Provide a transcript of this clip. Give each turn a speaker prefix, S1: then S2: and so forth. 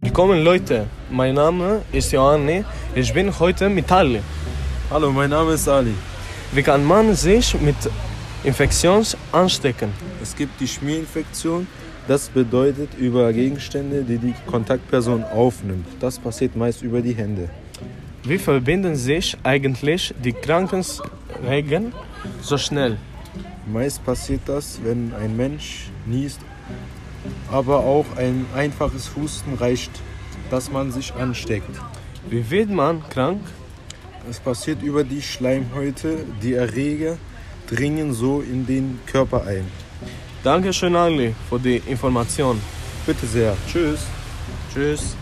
S1: Willkommen Leute, mein Name ist Johanni, ich bin heute mit Ali.
S2: Hallo, mein Name ist Ali.
S1: Wie kann man sich mit Infektions anstecken?
S2: Es gibt die Schmierinfektion. Das bedeutet über Gegenstände, die die Kontaktperson aufnimmt. Das passiert meist über die Hände.
S1: Wie verbinden sich eigentlich die Krankheitsregeln so schnell?
S2: Meist passiert das, wenn ein Mensch niest, aber auch ein einfaches Husten reicht, dass man sich ansteckt.
S1: Wie wird man krank?
S2: Es passiert über die Schleimhäute, die Erreger dringen so in den Körper ein.
S1: Dankeschön Ali für die Information.
S2: Bitte sehr. Tschüss.
S1: Tschüss.